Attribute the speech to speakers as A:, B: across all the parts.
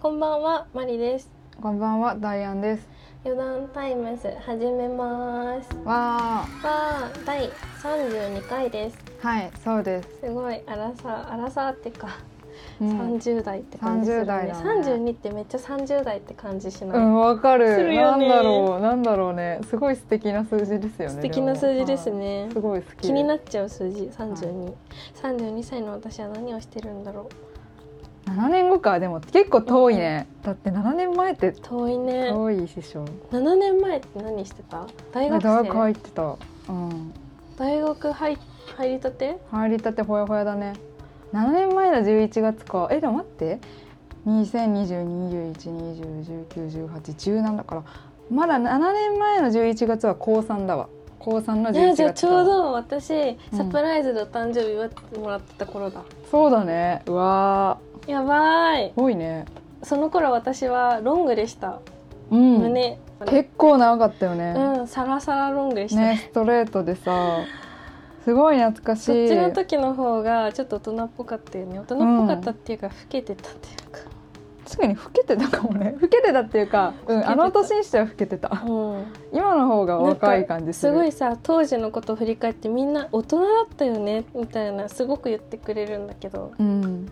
A: こんばんは、マリです。
B: こんばんは、ダイアンです。
A: 余談タイムス始めます。
B: わ
A: は第三十二回です。
B: ー、はい、そうです。
A: すごい、アラサー、アラサーってか、
B: う
A: 三
B: ん、
A: 十代って感じする
B: 30代
A: ね。
B: だね
A: 三十二ってめっちゃ三十代って感じし
B: う
A: ない。
B: ん、わか
A: す
B: る。
A: る
B: な
A: よ
B: ん
A: ね
B: だろう、なんだろうね。すごい素敵な数字ですよね。
A: 素敵な数字です
B: でも。
A: ね
B: はい。すごい好き。
A: 気にな
B: っ
A: っちゃう数字、三十二。三十二歳の私は何をしてるんだろ
B: 7年後か、でも結構遠いね。だって7年前って
A: う。遠いね。
B: 遠い師匠。
A: 七年前って何してた？大
B: 大
A: 学
B: 学入
A: 生。
B: ってた。うん。
A: 大学入入りたて？
B: 入りたてほやほやだね。7年前の11月か。え、でも待って。2020、21、20、19、18、17だから。まだ7年前の11月は高3だわ。高3の11
A: い
B: 月
A: やじゃあ
B: だ
A: ちょうど私
B: うん
A: サプライズでお誕生日祝ってもらってた頃だ、
B: そうだねうわ
A: やばい
B: ー多いね
A: その頃私はロングでした、
B: うん
A: 胸
B: 結構長かったよね、
A: うんサラサラロングでした、
B: ねストレートでさすごい懐かしい
A: そっちの時の方がちょっと大人っぽかったよね大人っぽかったっていうか、老けてたっていうか
B: 確かに老けてたかもね老けてたっていうか、う
A: 老け
B: ん、
A: てた
B: あの年にしては老けてた
A: う
B: 今の方が
A: ん、
B: 若い感じする
A: なんかすごいさ当時のことを振り返ってみんな大人だったよねみたいなすごく言ってくれるんだけど、
B: うん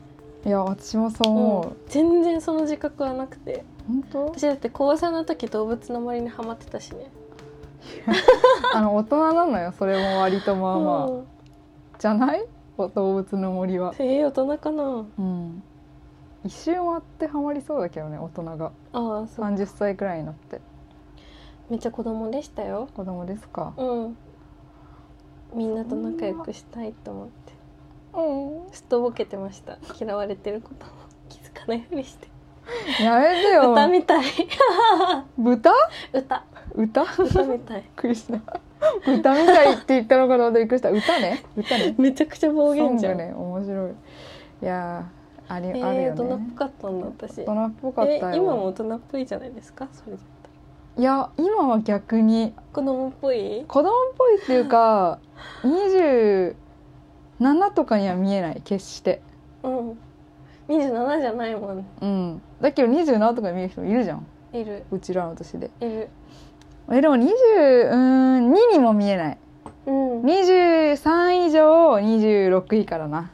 B: いや私もそう
A: う
B: 思
A: ん、全然その自覚はなくて
B: う、本
A: 私だって高3の時動物の森にハマってたしね
B: 当あの大人なのよそれも割とまあまあ、
A: うん
B: じゃないお動物の森は
A: えー、大人かな
B: うん一周回ってハマりそうだけどね大人が
A: ああそう
B: 30歳くらいになって
A: めっちゃ子供でしたよ
B: 子供ですか
A: うんみんなと仲良くしたいと思って
B: うん
A: すっとぼけてました嫌われてることも 気づかないふりして
B: やめてよ。
A: 歌みたい
B: 豚
A: 歌
B: 歌
A: 歌み たい
B: びっくりした。豚みたいって言ったのかと思ってびっくりした。歌ね。歌ね。
A: めちゃくちゃ暴言じゃ
B: ソン
A: ん、
B: グね。面白い。いやー、あり、
A: え
B: ある
A: ー、
B: よ
A: 大人っ
B: ね
A: ぽ。かったんだ私
B: 大人っぽかった
A: え
B: よ。
A: 今も大人っぽいじゃないですかそれだったら
B: いや、今は逆に、
A: 子供っぽい
B: 子供っぽいっていうか、27とかには見えない、決して。
A: うん27じゃないもん
B: うん。だけど27とかに見える人もいるじゃん。
A: いる
B: うちらの年で。
A: いる
B: え、でも20、うーん、2にも見えない。
A: うん
B: 23以上、26以下だな。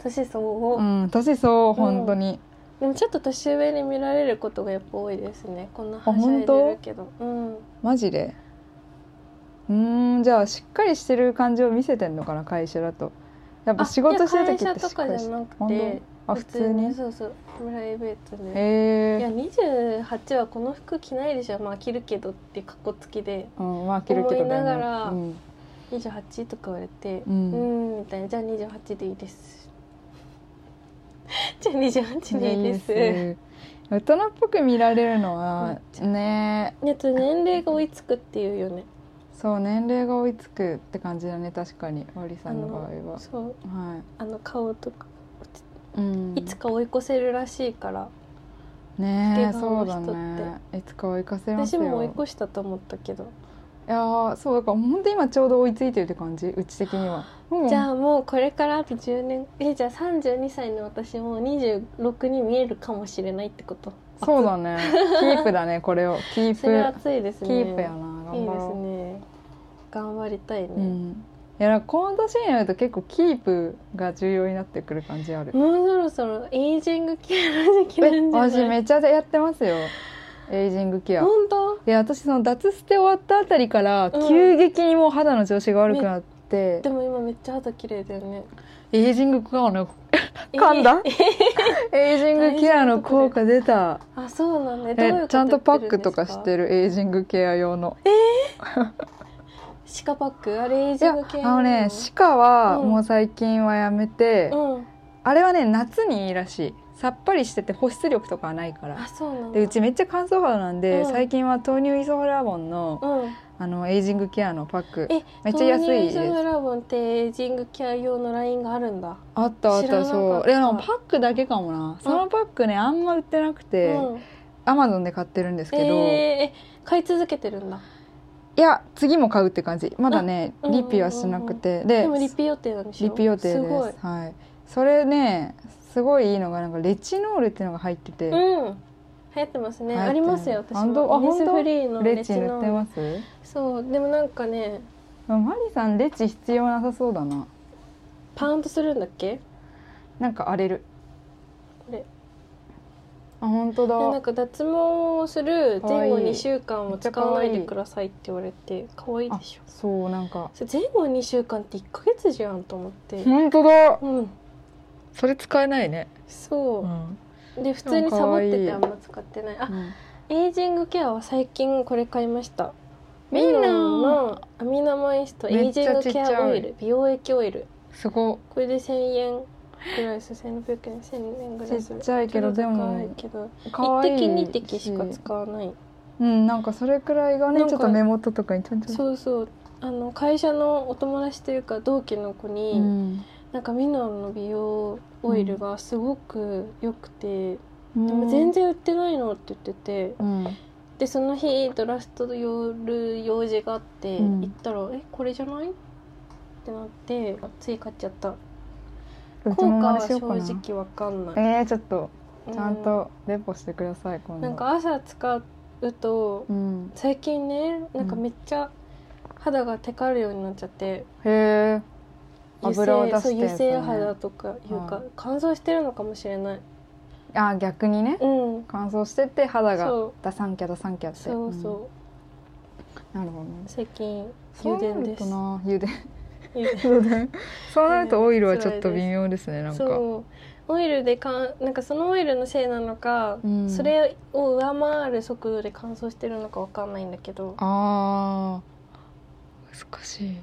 A: 年相応、
B: うん、年そう本当に、
A: でもちょっと年上に見られることがやっぱ多いですねこんなはしゃい
B: 本当
A: でるけどうん
B: マジでうーんじゃあしっかりしてる感じを見せてんのかな会社だとやっぱ
A: あ
B: 仕事してる
A: い
B: 時
A: や会
B: って
A: 社
B: しっ
A: とか
B: かりし
A: じゃ
B: て
A: なくて
B: 本当あ普通に
A: そうそうプライベートで、いや
B: へえ
A: 28はこの服着ないでしょまあ着るけどっていうかっこつきで
B: うんまあ着るけどだ
A: 思
B: よね
A: いながら
B: うん
A: 28とか言われて
B: う
A: うんんみたいなじゃあ28でいいです じゃあ28でいいです
B: いいです大人っぽく見られるの
A: めっ
B: は
A: ちゃ
B: ねえ
A: やつ年齢が追いつくっていうよね
B: そう年齢が追いつくって感じだね確かにマリさんの場合は
A: そう
B: は
A: あの顔とか
B: い、うん、
A: いつか追い越せるらしいから老
B: ねえ
A: け顔
B: そ
A: の
B: うだ
A: 人って
B: ねいつか追い越せます
A: 私
B: よ
A: も追い越したと思ったけど
B: いやーそうだから本当今ちょうど追いついてるって感じうち的には、うん
A: じゃあもうこれからあと10年えじゃあ32歳の私も26に見えるかもしれないってこと
B: そうだ ねキープだねこれをキープ
A: それは熱いです
B: キ
A: ね
B: ープやな
A: でい
B: 頑
A: い
B: 張
A: です
B: ろ
A: ね頑張りたいね、
B: う、うん、いやなんかこの年になると結構キープが重要になってくる感じある
A: もうそろそろエイジングケアの時期なん
B: え
A: じゃ
B: 私
A: ない
B: めっちゃやってますよエイジングケア
A: 本当
B: で私その脱捨て終わったあたりから
A: うん
B: 急激にもう肌の調子が悪くなって、
A: でも今めっちゃ肌綺麗だよね
B: エイジングケアの噛んだ
A: え
B: エイジングケアの効果出た
A: あそうなんだどういうこと
B: えちゃんとパックとかし
A: る
B: てるエイジングケア用の
A: シカパックあれエイ
B: い
A: ジ
B: や
A: ングケア
B: あのねシカは
A: うん
B: もう最近はやめて、
A: うん
B: あれはね夏にいいらしいさっぱりしてて保湿力とかはないか
A: あ
B: ら
A: そうなんだ
B: でうちめっちゃ乾燥肌なんで、
A: うん
B: 最近は豆乳イソフラボンの
A: うん
B: あのエイジングケアのパック
A: え
B: めっちゃ安いです
A: 豆乳イソフラボンってエイジングケア用のラインがあるんだ
B: あったあっ
A: 知らな
B: た
A: かった
B: そうでもパックだけかもなそのパックねあんま売ってなくて、
A: うん、
B: アマゾンで買ってるんですけど、
A: えー、買い続けてるんだ
B: いや次も買うって感じまだね
A: あうんうんうん
B: リ
A: うん
B: ピはしなくて、
A: でもリピ予定なんでしょ
B: リピ予定
A: すごい
B: です。はい。それね、すごいいいのがなんかレチノールっていうのが入ってて、
A: うん流行ってますね
B: 流行ってる
A: ありますよ私
B: あ本当
A: も
B: あ
A: ミ
B: 本
A: ス
B: 当
A: フリーの
B: レ
A: レ
B: チ
A: チ
B: 塗
A: の
B: ってます
A: そうでもなんかね
B: あマリさんレチ必要なさそうだな
A: パウンドするんだっけ
B: なんか荒れる
A: これ
B: あ本当だ
A: でなんか脱毛をする前後
B: かわいい
A: 2週間は使わないでくださいって言われて可愛い
B: あ
A: でしょ
B: そうなんか
A: それ前後2週間って1ヶ月じゃんと思って
B: 本当だ
A: うん
B: それ使えないね
A: そうう、
B: ん
A: で普通にサボっててあんま使ってないあエイジングケアは最近これ買いました
B: みんな
A: メロンのアミノマイストエイジングケアオイル美容液オイル
B: すご
A: これで1000円ぐらいです1600円1000円ぐらいす
B: ちっ
A: る
B: ちゃいけど
A: ちょっと
B: でも
A: 高いけど
B: い可愛い
A: 1滴2滴しか使わない
B: うんなんかそれくらいがね
A: なんか
B: ちょっと目元とかにちょんちょん
A: そうそうあの会社のお友達というか同期の子に、
B: うん
A: なんかミノンの美容オイルがすごく良くて、
B: うん
A: でも全然売ってないのって言ってて
B: うん
A: でその日ドラストの夜用事があって、
B: うん
A: 行ったら「えこれじゃない?」ってなってつい買っちゃった
B: うち
A: 効
B: も
A: 果は
B: 真似しよ
A: 正
B: うかな
A: 直わかんない、
B: えーちょっとちゃん
A: う
B: とレポしてください今度
A: なんか朝使うと
B: うん
A: 最近ねなんかめっちゃ肌がテカるようになっちゃって、
B: へえ
A: 油
B: 油を出して
A: そう
B: んで
A: 油
B: すね
A: 性肌とかいうか、
B: はい
A: 乾燥してるのかもしれない
B: あ逆にね
A: うん
B: 乾燥してって肌が
A: そう
B: ダサンキャダサンキャって
A: そうそう、
B: うんなるほどね
A: 最近
B: そう
A: 油
B: な
A: 田
B: る
A: です
B: とな油田
A: 油田
B: そうだね そうなるとオイルはちょっと微妙ですねなんか
A: そうオイルでかんなんかそのオイルのせいなのか、
B: うん
A: それを上回る速度で乾燥してるのかわかんないんだけど
B: あー難しい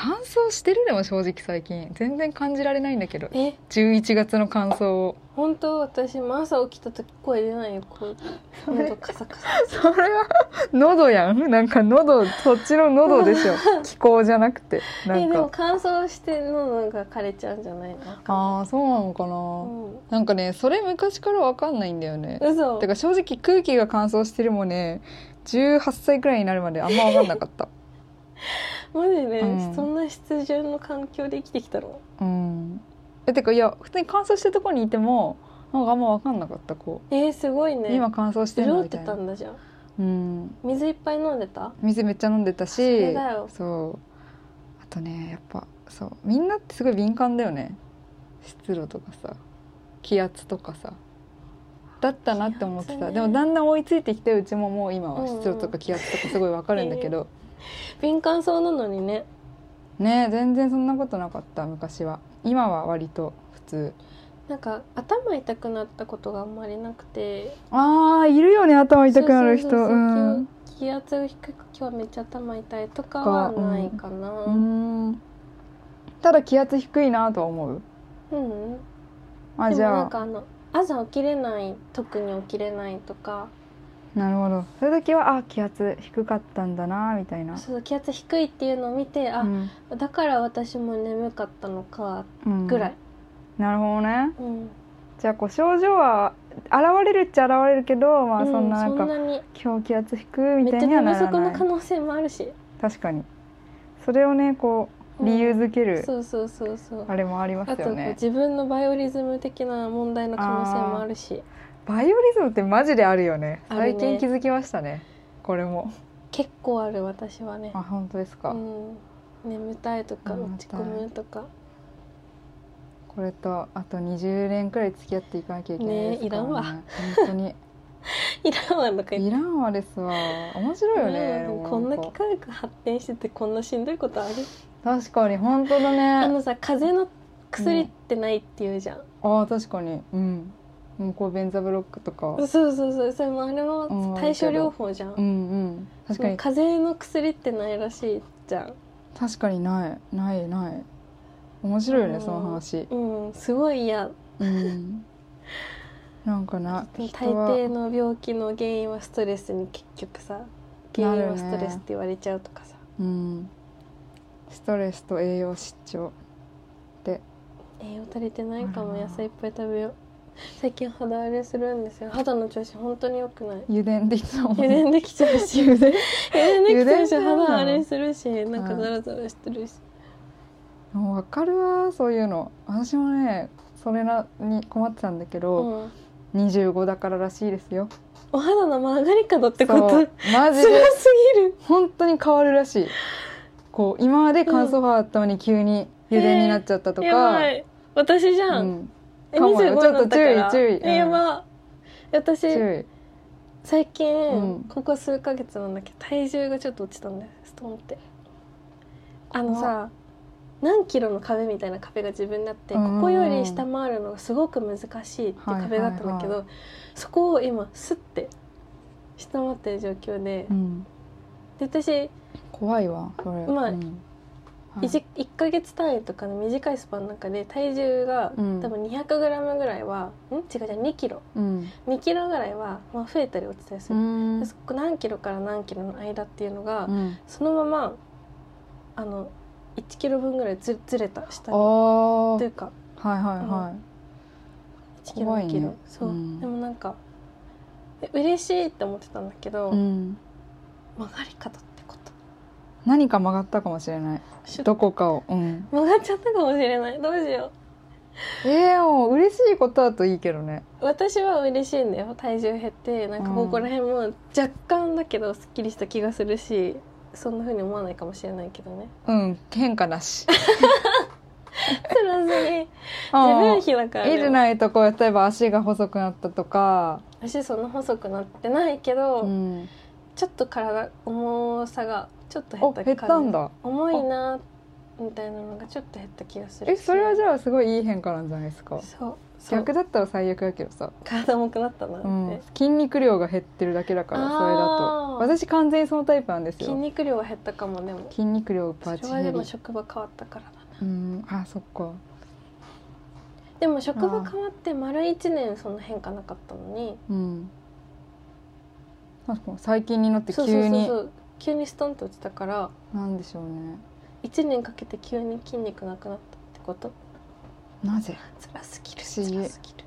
B: 乾燥してるでも正直最近全然感じられないんだけど
A: え
B: 11月の乾燥を
A: 本当私も朝起きた時声出ないよこう
B: それ
A: 喉カサカサ
B: それは喉やんなんか喉そっちの喉で しょ気候じゃなくてな
A: えで
B: ん
A: も
B: か
A: 乾燥して喉が枯れちゃうんじゃないの
B: ああそうなのかな、
A: うん
B: なんかねそれ昔からわかんないんだよね
A: 嘘
B: てか正直空気が乾燥してるもね18歳くらいになるまであんま分かんなかった
A: マジで、
B: うん
A: そんな必需の環境で生きてきたの
B: うんえてかいや普通に乾燥してるとこにいてもなんかあんま分かんなかったこ、
A: えー、すごいうね
B: 今乾燥してるの
A: 潤っ
B: み
A: て
B: たい
A: た
B: なん
A: だじゃん
B: うん
A: 水いっぱい飲んでた
B: 水めっちゃ飲んでたし
A: それだよ
B: そうあとねやっぱそうみんなってすごい敏感だよね湿度とかさ気圧とかさだったなって思って
A: 気
B: た、
A: 圧ね
B: でもだんだん追いついてきてうちももう今
A: う
B: は
A: んうん
B: 湿度とか気圧とかすごい分かるんだけど、
A: 敏感そうなのにね
B: ね全然そんなことなかった昔は今は割と普通
A: なんか頭痛くなったことがあんまりなくて
B: あーいるよね頭痛くなる人
A: そうそうそう
B: う
A: そうん気気圧低く今日めっちゃ頭痛いとかはないかな
B: う
A: うん、
B: んただ気圧低いなとは思う
A: うん
B: あ
A: でも
B: じ
A: な
B: ゃ
A: ん
B: あ
A: かあの朝起きれない特に起きれないとか
B: なるほどそういう時はあ気圧低かったんだなみたいな
A: そう気圧低いっていうのを見てあ、
B: うん
A: だから私も眠かったのか
B: うん
A: ぐらい、
B: なるほどね
A: うん
B: じゃあこう症状は現れるっちゃ現れるけどまあそんななんか、
A: うそんなに
B: 今日気圧低いみ
A: め
B: た
A: っちゃ
B: いには
A: 寝
B: な
A: 不
B: ら
A: 足の
B: な
A: 可
B: い
A: 能性もあるし、
B: 確かにそれをねこう理由づける
A: そうそうそうそう
B: あれもありま
A: あ
B: す
A: と
B: よ
A: こう
B: ね
A: 自分のバイオリズム的な問題の可能性もあるし
B: バイオリズムってマジであるよね
A: ある
B: 最
A: ね
B: 近気づきましたねこれも
A: 結構ある私はね
B: あ、本当ですか、
A: うん、眠たいとか落
B: 眠
A: ち
B: たい
A: 込むとか
B: これとあと20年くらい付き合っていかなきゃいけないですか
A: ねい
B: らね
A: らんわ
B: 本当に
A: いらんわとか言
B: い
A: って。
B: らんわですわ面白いよね
A: うん
B: でも
A: こん
B: な
A: なん
B: か
A: 機械が発展しててこんなしんどいことある
B: 確かに本当
A: あ
B: だね
A: のさ風邪の薬ってないっていうじゃん、
B: ああ確かにうんもうこうベンザブロックとか
A: そうそうそうそれもあれ
B: うん
A: も対症療法じゃん、
B: うんうん確かに
A: 風邪の薬ってないらしいじゃん
B: 確かにないないない面白いよ
A: う
B: ね
A: ん
B: その話
A: うんすごい嫌
B: うんなんかな
A: 大
B: 人は
A: 抵の病気の原因はストレスに結局さ原因はストレスって言われちゃうとかさ、
B: うんストレスと栄養失調
A: 栄養足りてないかも
B: あら
A: 野菜いっぱい食べよう最近肌荒れするんですよ肌の調子本当に良くない
B: 油田でいつも
A: 油田できちゃうし油
B: 油田
A: 田できちゃうし
B: 油田なんだ
A: 肌荒れするしなん
B: う
A: か
B: ん
A: ザラザラしてるし
B: もう分かるわそういうの私もねそれなに困ってたんだけ
A: う
B: ど、
A: ん、
B: 25だかららしいですよ
A: お肌の曲がり角ってこ
B: そ
A: と
B: うマジ
A: すご
B: です
A: ぎる
B: 本当に変わるらしいこう今まで乾燥肌だったのに急に油田になっちゃったと
A: や
B: か、
A: ばい私じゃ、
B: うんん、
A: え
B: かもよ
A: 25
B: ちょっと
A: だったから
B: 注意注意うん
A: えやば私
B: 注意
A: 最近、
B: うん
A: ここ数ヶ月なんだけど体重がちょっと落ちたんだよストンってあのさ何キロの壁みたいな壁が自分にあって、
B: うん
A: ここより下回るのがすごく難しいって
B: はい
A: 壁だったんだけど、
B: はいは
A: そこを今スッて下回ってる状況で,、
B: うん、
A: で私
B: 怖いわそれ
A: まあ
B: うんはい
A: 1, 一ヶ月単位とかの短いスパンの中で体重が、
B: うん
A: 多分 200g ぐらいはん違う違う2キロ
B: うん
A: 2キロぐらいは、まあ、増えたり落ちたりす
B: う
A: る、
B: ん
A: でそこ何キロから何キロの間っていうのが、
B: うん
A: そのままあの1キロ分ぐらいずずれた下
B: あ
A: に
B: ー
A: というか
B: はいはいは
A: 1キロ
B: 怖い
A: 2
B: ね
A: キロ、そう、
B: うん
A: でもなんかえ嬉しいって思ってたんだけど、
B: い、うん、
A: 曲がり角ってこと
B: 何か曲がったかもしれない
A: シュッ
B: どこかを、うん、
A: 曲がっちゃったかもしれないどうしよ
B: えー、もう嬉しいことだといいけどね
A: う私は嬉しいんだよ体重減ってなんか
B: うん
A: ここら辺も若干だけどすっきりした気がするしそんな風に思わないかもしれないけど ね
B: うん変化 なし
A: 辛すぎ
B: うん
A: 自分比だから
B: いじないとこう例えば足が細くなったとか、
A: 私そんな細くなってないけど、
B: うん、
A: ちょっと体重さがちょっと減
B: お
A: った
B: 減ったん
A: だ
B: だ
A: 重いなみたいなのがちょっと減った気がする
B: えそれはじ
A: ゃ
B: ゃあすごいいい変化なんじゃないですか
A: そうそう
B: 逆だったら最悪だけどさ、
A: 体重くなったなって、
B: うん、筋肉量が減ってるだけだからそれだ
A: あー
B: と私完全にそのタイプなんです
A: 筋
B: よ
A: 肉量は減ったかもでも
B: 筋肉量バ
A: そ
B: チ
A: れはで
B: 減り
A: も職場変わったからだな
B: うんあそっか
A: でも職場変わって丸1年そんな変化なかったのに
B: うん確かに最近になって急
A: そう
B: に
A: そうそうそう急にストンと落ちたから
B: なんでしょうね
A: 1年かけて急に筋肉なくなったってこと
B: なぜ
A: 辛すぎる
B: 不思議
A: 辛すぎる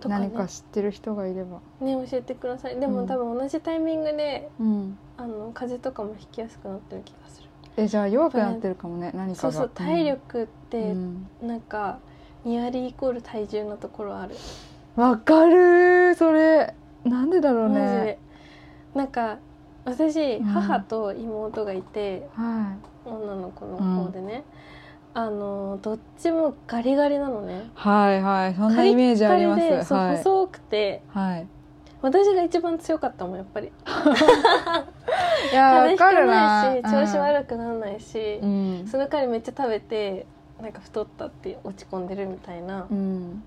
A: とかね
B: 何か知ってる人がいれば
A: ね教えてくださいで
B: う
A: も
B: ん
A: 多分同じタイミングで、
B: うん
A: あの風邪とかもひきやすくなってる気がする
B: えじゃあ弱くなってるかもね何か
A: そう
B: が
A: そう体力っ
B: うん
A: て
B: うん
A: なんかニアリーイコール体重のところある、
B: わかるそれなんでだろう
A: マジ
B: ね
A: でなんか私
B: ん
A: 母と妹がいて、
B: はい
A: 女の子の方でね、あのどっちもガリガリなのね
B: はいはいそんなイメージありま
A: カリッカリですそう、
B: はい
A: 細くて
B: はい
A: 私が一番強かったもんやっぱり
B: いや
A: 風邪
B: わか
A: ひか
B: る
A: な
B: な
A: し
B: い
A: 調子悪くならないし、
B: うん
A: その代わりめっちゃ食べてなんか太ったって落ち込んでるみたいな、
B: うん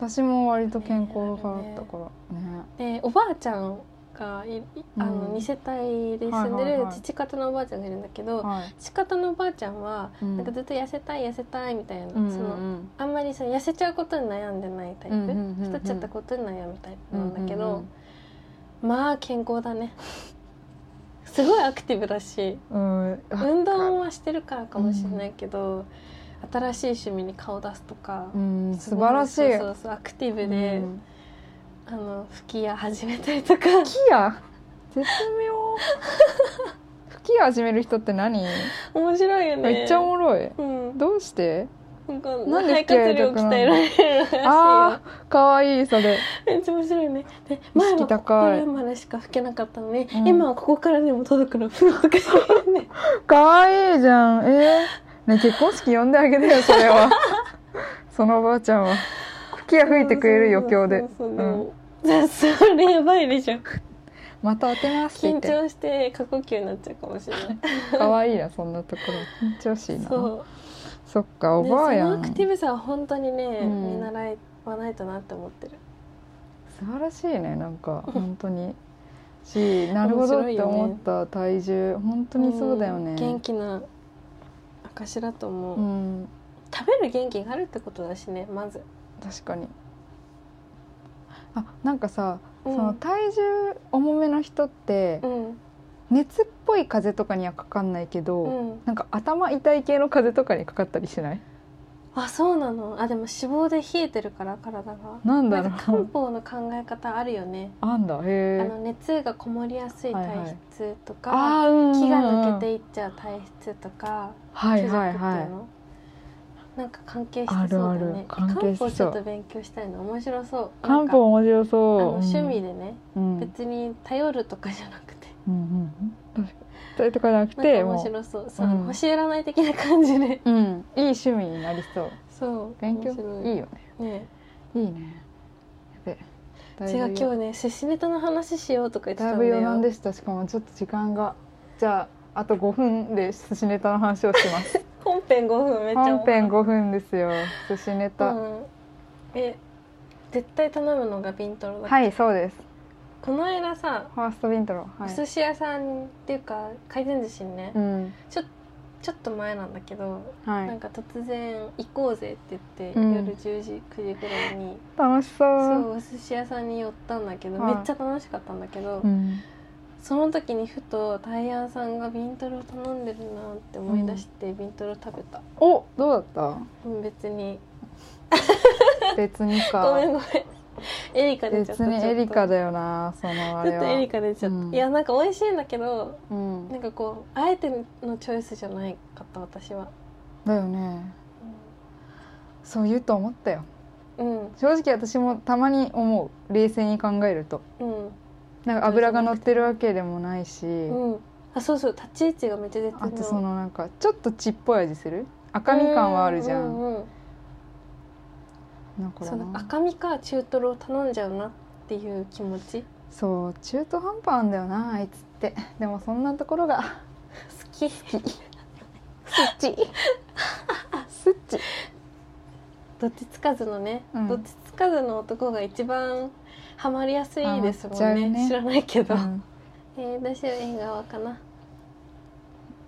B: 私も割と健康派だったからね
A: でおばあちゃんがいあの
B: うん
A: 2世帯で住んで
B: はいはい
A: る
B: はい
A: 父方のおばあちゃんがいるんだけど、
B: はい
A: 父方のおばあちゃんは
B: うん
A: なんかずっと痩せたい痩せたいみたいな、
B: うんうん
A: そ
B: うん
A: のあんまりその痩せちゃうことに悩んでないタイプ、
B: うんうんうんうん
A: 太っちゃったことに悩むタイプなんだけど、
B: うんうんうん
A: まあ健康だね すごいアクティブだし
B: うん
A: 運動はしてるからかもしれないけど、新しい趣味に顔出すとか、
B: うん素晴らしい
A: そうそうそうアクティブで、
B: うん
A: あの吹き矢始めたりとか
B: 吹き矢絶妙吹き矢始める人って何
A: 面白いよね
B: めっちゃおもろい
A: うん
B: どうして
A: なんか
B: なんで
A: 肺
B: 吹き矢
A: 活
B: やり
A: 量鍛
B: たくなるの
A: えられるらしいよ
B: あーかわいいそれ
A: めっちゃ面白いねで前はここか
B: 高い
A: らまでしか吹けなかったのに、
B: うん
A: 今はここからでも届く のプロとかしてるね
B: かわいいじゃんえー、ね結婚式呼んであげ てよそれはそのおばあちゃんは吹き矢吹いてくれる余興で
A: そうそうそう
B: う
A: で
B: ん
A: もじゃあそれやばいでしょ
B: また当てますっ
A: 緊
B: て言って
A: 張して過呼吸になっちゃうかもしれ ない
B: 可愛いなそんなところ緊張しいなそ
A: そう
B: っかお
A: ね
B: ばあや
A: その
B: ん
A: アク
B: 素
A: ティブさは本当にね、
B: うん
A: 見習わないとなって思ってる
B: 晴らしいねなんか本当にしなるほどって思った体重本当にそうだよね
A: ん元気な証だと思う、
B: うん
A: 食べる元気があるってことだしねまず、
B: 確かにあなんかさ、
A: うん、
B: その体重重めの人って、
A: うん
B: 熱っぽい風邪とかにはかかんないけど、
A: うん
B: なんか頭痛い系の風邪とかにかかったりしない
A: あそうなのあでも脂肪で冷えてるから体が
B: なん
A: な
B: だろ
A: んか漢
B: う
A: 方の考え方あるよね
B: あんだへ
A: あ
B: え
A: の熱がこもりやすい体質とか、
B: あーうんうんうん
A: 気が抜けていっちゃう体質とか、
B: はいはい
A: 虚弱って
B: は
A: いう
B: い
A: のなんか関係してそうだね
B: あるある関
A: 漢
B: 係しそ
A: 方
B: う
A: ちょっと勉強したいの面白そう
B: 漢方面白
A: あの
B: そう
A: 趣味
B: で、
A: でね、
B: うん
A: 別に頼るとかじゃなくて
B: うんうんうん、確かにそれとかじゃなく
A: なん
B: て
A: か面
B: もう、
A: 白そうそう、
B: うん
A: 星占い的な感じで
B: うん、いい趣味になりそう
A: そう
B: 勉強
A: 面白
B: いいよね
A: ね
B: いいねやべ
A: 違う今日ね寿司ネタの話しようとか言ってた
B: だい
A: んだ
B: ぶ
A: よ
B: 余談でしたしかもちょっと時間がじゃああと5分で寿司ネタの話をします
A: 本編5分めっちゃ
B: 本
A: 5
B: 編5分ですよ寿司ネタ、
A: うん、え絶対頼むのがビントロだ、
B: はいそうです
A: この間さ、
B: ファーストビントロは
A: お
B: い
A: 寿司屋さんっていうか回転寿司にね、
B: うん
A: ちょっと前なんだけど、
B: は
A: なん
B: い
A: か突然行こうぜって言って、
B: うん
A: 夜10時9時ぐらいに
B: 楽しそう
A: そうお寿司屋さんに寄ったんだけど、
B: はい
A: めっちゃ楽しかったんだけど、
B: うん、
A: その時にふとタイヤさんがビントロ頼んでるなって思い出して、ビントロ食べた
B: おどうだっ
A: うん別に
B: た別に か
A: ごめんごめんエリカ出ちゃった
B: 別にエリカ
A: ちょっ
B: だよなそのあ
A: とちょ
B: れ
A: っとエリ
B: は
A: カ出ちゃった、
B: うん
A: いやなんか美味しいんだけど
B: うん
A: なんかこうあえてのチョイスじゃないかった私は
B: だよねそう言うと思ったよ
A: うん
B: 正直私もたまに思う冷静に考えると
A: うん
B: なんか油が乗ってるわけでもないし、
A: うんあそうそう立ち位置がめっちゃ絶妙
B: あとそのなんかちょっと血っぽい味する赤み感はあるじゃ
A: うんうう
B: なんかこれ
A: その
B: な
A: 赤身か中トロを頼んじゃうなっていう気持ち
B: そう中途半端なんだよなあいつってでもそんなところが
A: 好き
B: スッチスッチ
A: どっちつかずのね、
B: うん
A: どっちつかずの男が一番ハマりやすいですも
B: ハマ
A: ん
B: っちゃ
A: ね
B: うね
A: 知らないけど、
B: うん
A: えー私は縁側かな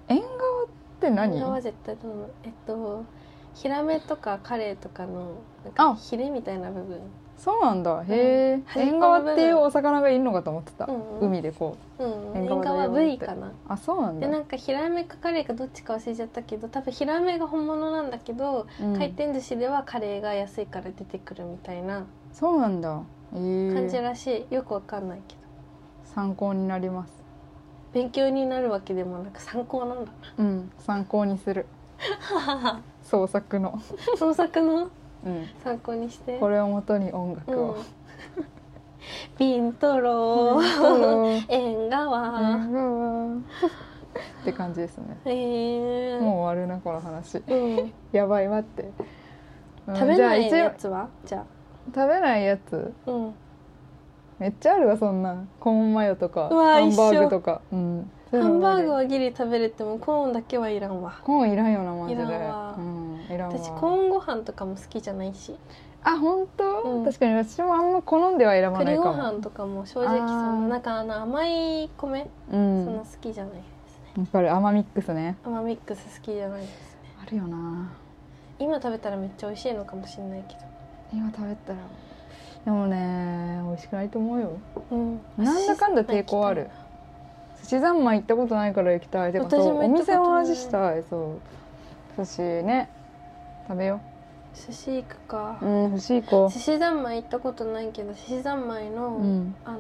B: 縁側って
A: 縁
B: 何
A: 側は絶対頼むえっとヒラメとかカレイとかのなんか
B: あ
A: ヒレみたいな部分、
B: そうなんだへえ、
A: うん
B: 縁側っていうお魚がいるのかと思ってた、
A: うんうん
B: 海でこう
A: うん、
B: 縁
A: 縁
B: 側だよ
A: 側は部位かな
B: あそうなん
A: で
B: だ
A: なんかヒラメかカレイかどっちか忘れちゃったけど多分ヒラメが本物なんだけど、
B: うん
A: 回転寿司ではカレイが安いから出てくるみたいな
B: そうなんだへえ
A: 感じらしいよくわかんないけど
B: 参考になります
A: 勉強になるわけでもなく参考なんだ
B: うん参考にする
A: な
B: 創作の、
A: 創作の
B: うん、
A: 参考にして
B: これをもとに音楽
A: う
B: を
A: ん、ビントロー
B: そう
A: 縁側
B: って感じですね。
A: えー、
B: もう終わるなこの話。
A: うん、
B: やばい待って。うん
A: 食べない
B: じゃあ
A: や
B: 一応
A: つはじゃ
B: 食べないやつ
A: あうん
B: めっちゃあるわそんなんコーンマヨとか
A: うわ
B: ハンバ
A: 一
B: ー
A: 緒
B: グとか。うん。
A: ハンバーグはギリ食べれてもコーンだけはいらんわ
B: コーンいらんよなマジで。
A: いらんわ
B: うんいらんわ。
A: 私コーンご飯とかも好きじゃないし
B: あ本当、
A: うん
B: 確かに私もあんま好んでは選ばな
A: 栗
B: いか
A: ご
B: も。
A: 飯とかも正直その
B: あー
A: なんかあの甘い米、
B: う
A: そん
B: ん。
A: な
B: わ
A: 好きじゃないですね
B: かる甘ミックスね。
A: 甘ミックス好きじゃないですね
B: あるよな。
A: 今食べたらめっちゃ美味しいのかもしれないけ
B: 今食べたらでもね美味しくないと思うよ。
A: ど、うん、
B: なんだかんだ抵抗ある寿司三昧行ったことないから行きたいてか
A: 私も
B: そうお
A: 行った
B: 店
A: こと
B: の
A: ない
B: 話したいそう寿司ね食べよ
A: 寿司行くか、
B: ううん寿司行こ
A: 寿司三昧行ったことないけど寿司三昧の、
B: ううん
A: あの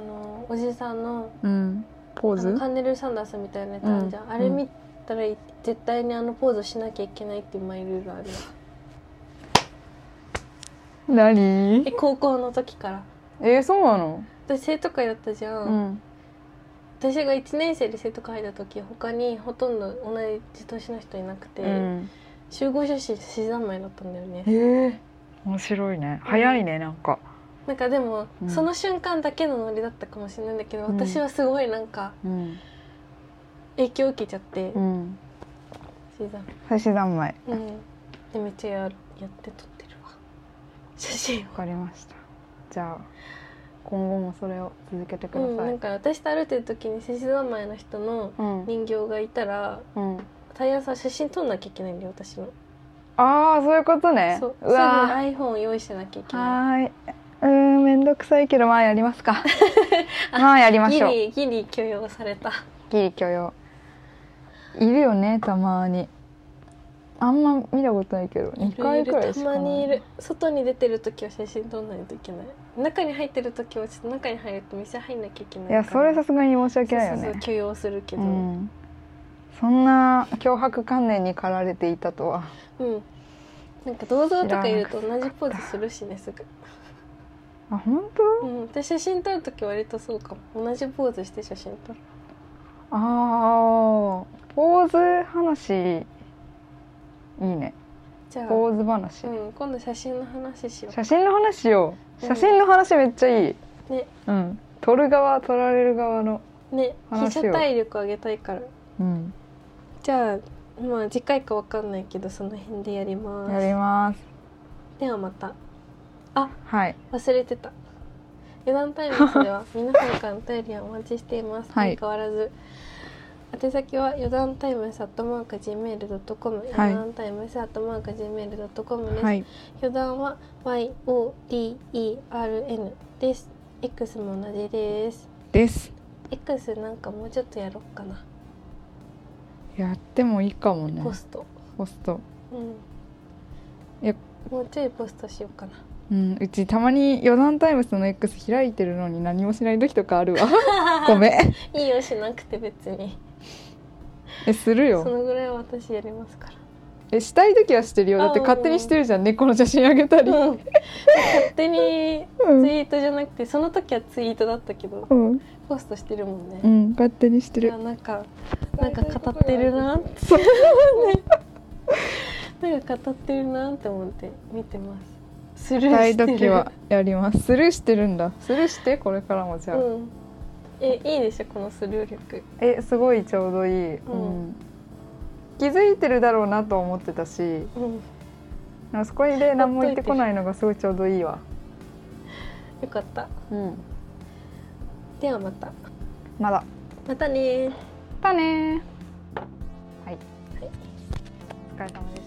A: おじさんの
B: うんポー
A: あ
B: ズ
A: のカンネル・サンダースみたいなやつあるじゃん、
B: うん
A: あれ見たら絶対にあのポーズしなきゃいけないっていうマイルールあるよ
B: 何
A: え高校の時から
B: えー、そうなの
A: 私生徒会だったじゃん、
B: うん
A: 私が1年生で生徒会だった時他にほとんど同じ年の人いなくて、
B: うん
A: 集合写真獅子三昧だったんだよ
B: え
A: ね
B: ー、面白いね早いねなんか
A: なんかでも、
B: うん
A: その瞬間だけのノリだったかもしれないんだけど
B: うん
A: 私はすごいなんか
B: うん
A: 影響受けちゃって
B: うん
A: 獅子三
B: 寿司三昧
A: 昧うんでめっちゃややって撮ってるわ写真を
B: わかりましたじゃあ今後もそれを続けてく
A: う
B: だ
A: ん、
B: さ
A: なん
B: い
A: か私と歩いてる時に獅子三昧の人の
B: うん、
A: 人形がいたら
B: うん、
A: タイヤさん写真撮んなきゃいけないんだよ私の
B: ああそういうことね
A: そうす
B: う
A: ぐ
B: わー
A: iPhone 用意しなきゃいけない
B: はーい。うーん、めんどくさいけど、まあやりま すか。まあやりま
A: ギ
B: しょう。
A: リギリ許容された
B: ギリ許容。いるよね、たまに。あんま見たことないけど、二回くらいしかない。
A: たまにいる外に出てる時は写真撮んないといけない中に入ってる時はちょっと中に入ると店入んなきゃいけない
B: いや、それさ
A: す
B: すがに申し訳ないよね。
A: そうそう許容するけど、
B: う
A: うん
B: ん。そんな脅迫観念に駆られていたとは。
A: なんか銅像とかいると同じポーズするしねすぐ、
B: あ本
A: うん、で写真撮る時割とそうかも同じポーズして写真撮る
B: 当ああポーズ話いいね
A: じゃあ、
B: ポーズ話、
A: うん、今度写真の話しよ
B: 写真の話よ
A: うん
B: 写真の話めっちゃいい、
A: うね
B: うん、撮る側撮られる側の、
A: ね被
B: 話を
A: 写体力上げたいから
B: うん、
A: じゃあまあ次回かわかんないけどその辺でやりま
B: やり
A: す
B: ます
A: ではまた
B: はい
A: 忘れてた余談タイムズで は皆さんからのお便りをお待ちしています、
B: はい
A: 相変わらず宛先は余談タイムズアットマーク Gmail.com、余
B: はい
A: 談タイムズアットマーク Gmail.com です、
B: はい
A: 余談は YODERN です X も同じです
B: です。
A: X なんかもうちょっとやろっかな、
B: やってもいいかもね。
A: ポスト
B: ポスト。
A: うん
B: いや
A: もうちょいポストしようかな
B: うん、うちたまに余談タイムスの X 開いてるのに何もしない時とか あるわ。ごめん。
A: いいよしなくて別に
B: え、する
A: そ
B: よ。
A: のぐらいは私やりますから
B: え、したい時はしてるよ。だって
A: あ
B: 勝手にしてるじゃん。猫の写真あげたり。
A: うん、勝手に
B: う
A: ツイ
B: ん。
A: ートじゃなくてその時はツイートだったけど
B: うん。
A: ポストしてるもんね、
B: うん、勝手にして
A: い
B: る
A: や。なんかなんか語ってるなって
B: そう。
A: なんか語ってるなって思って見てますスル
B: した
A: ーし
B: い
A: てる
B: 時はやります。スルーしてるんだ。スルーしてこれからもじゃあ。
A: うんえいいでしょこのスルー力
B: え、すごいちょうどいい。
A: うん
B: うん気づいてるだろうなと思ってたし、
A: うん
B: でもそこで何も言ってこないのがすごいちょうどいいわ。
A: よかった
B: うん。
A: ではまた
B: まだ。
A: またねー
B: またねはい。お疲れ様です。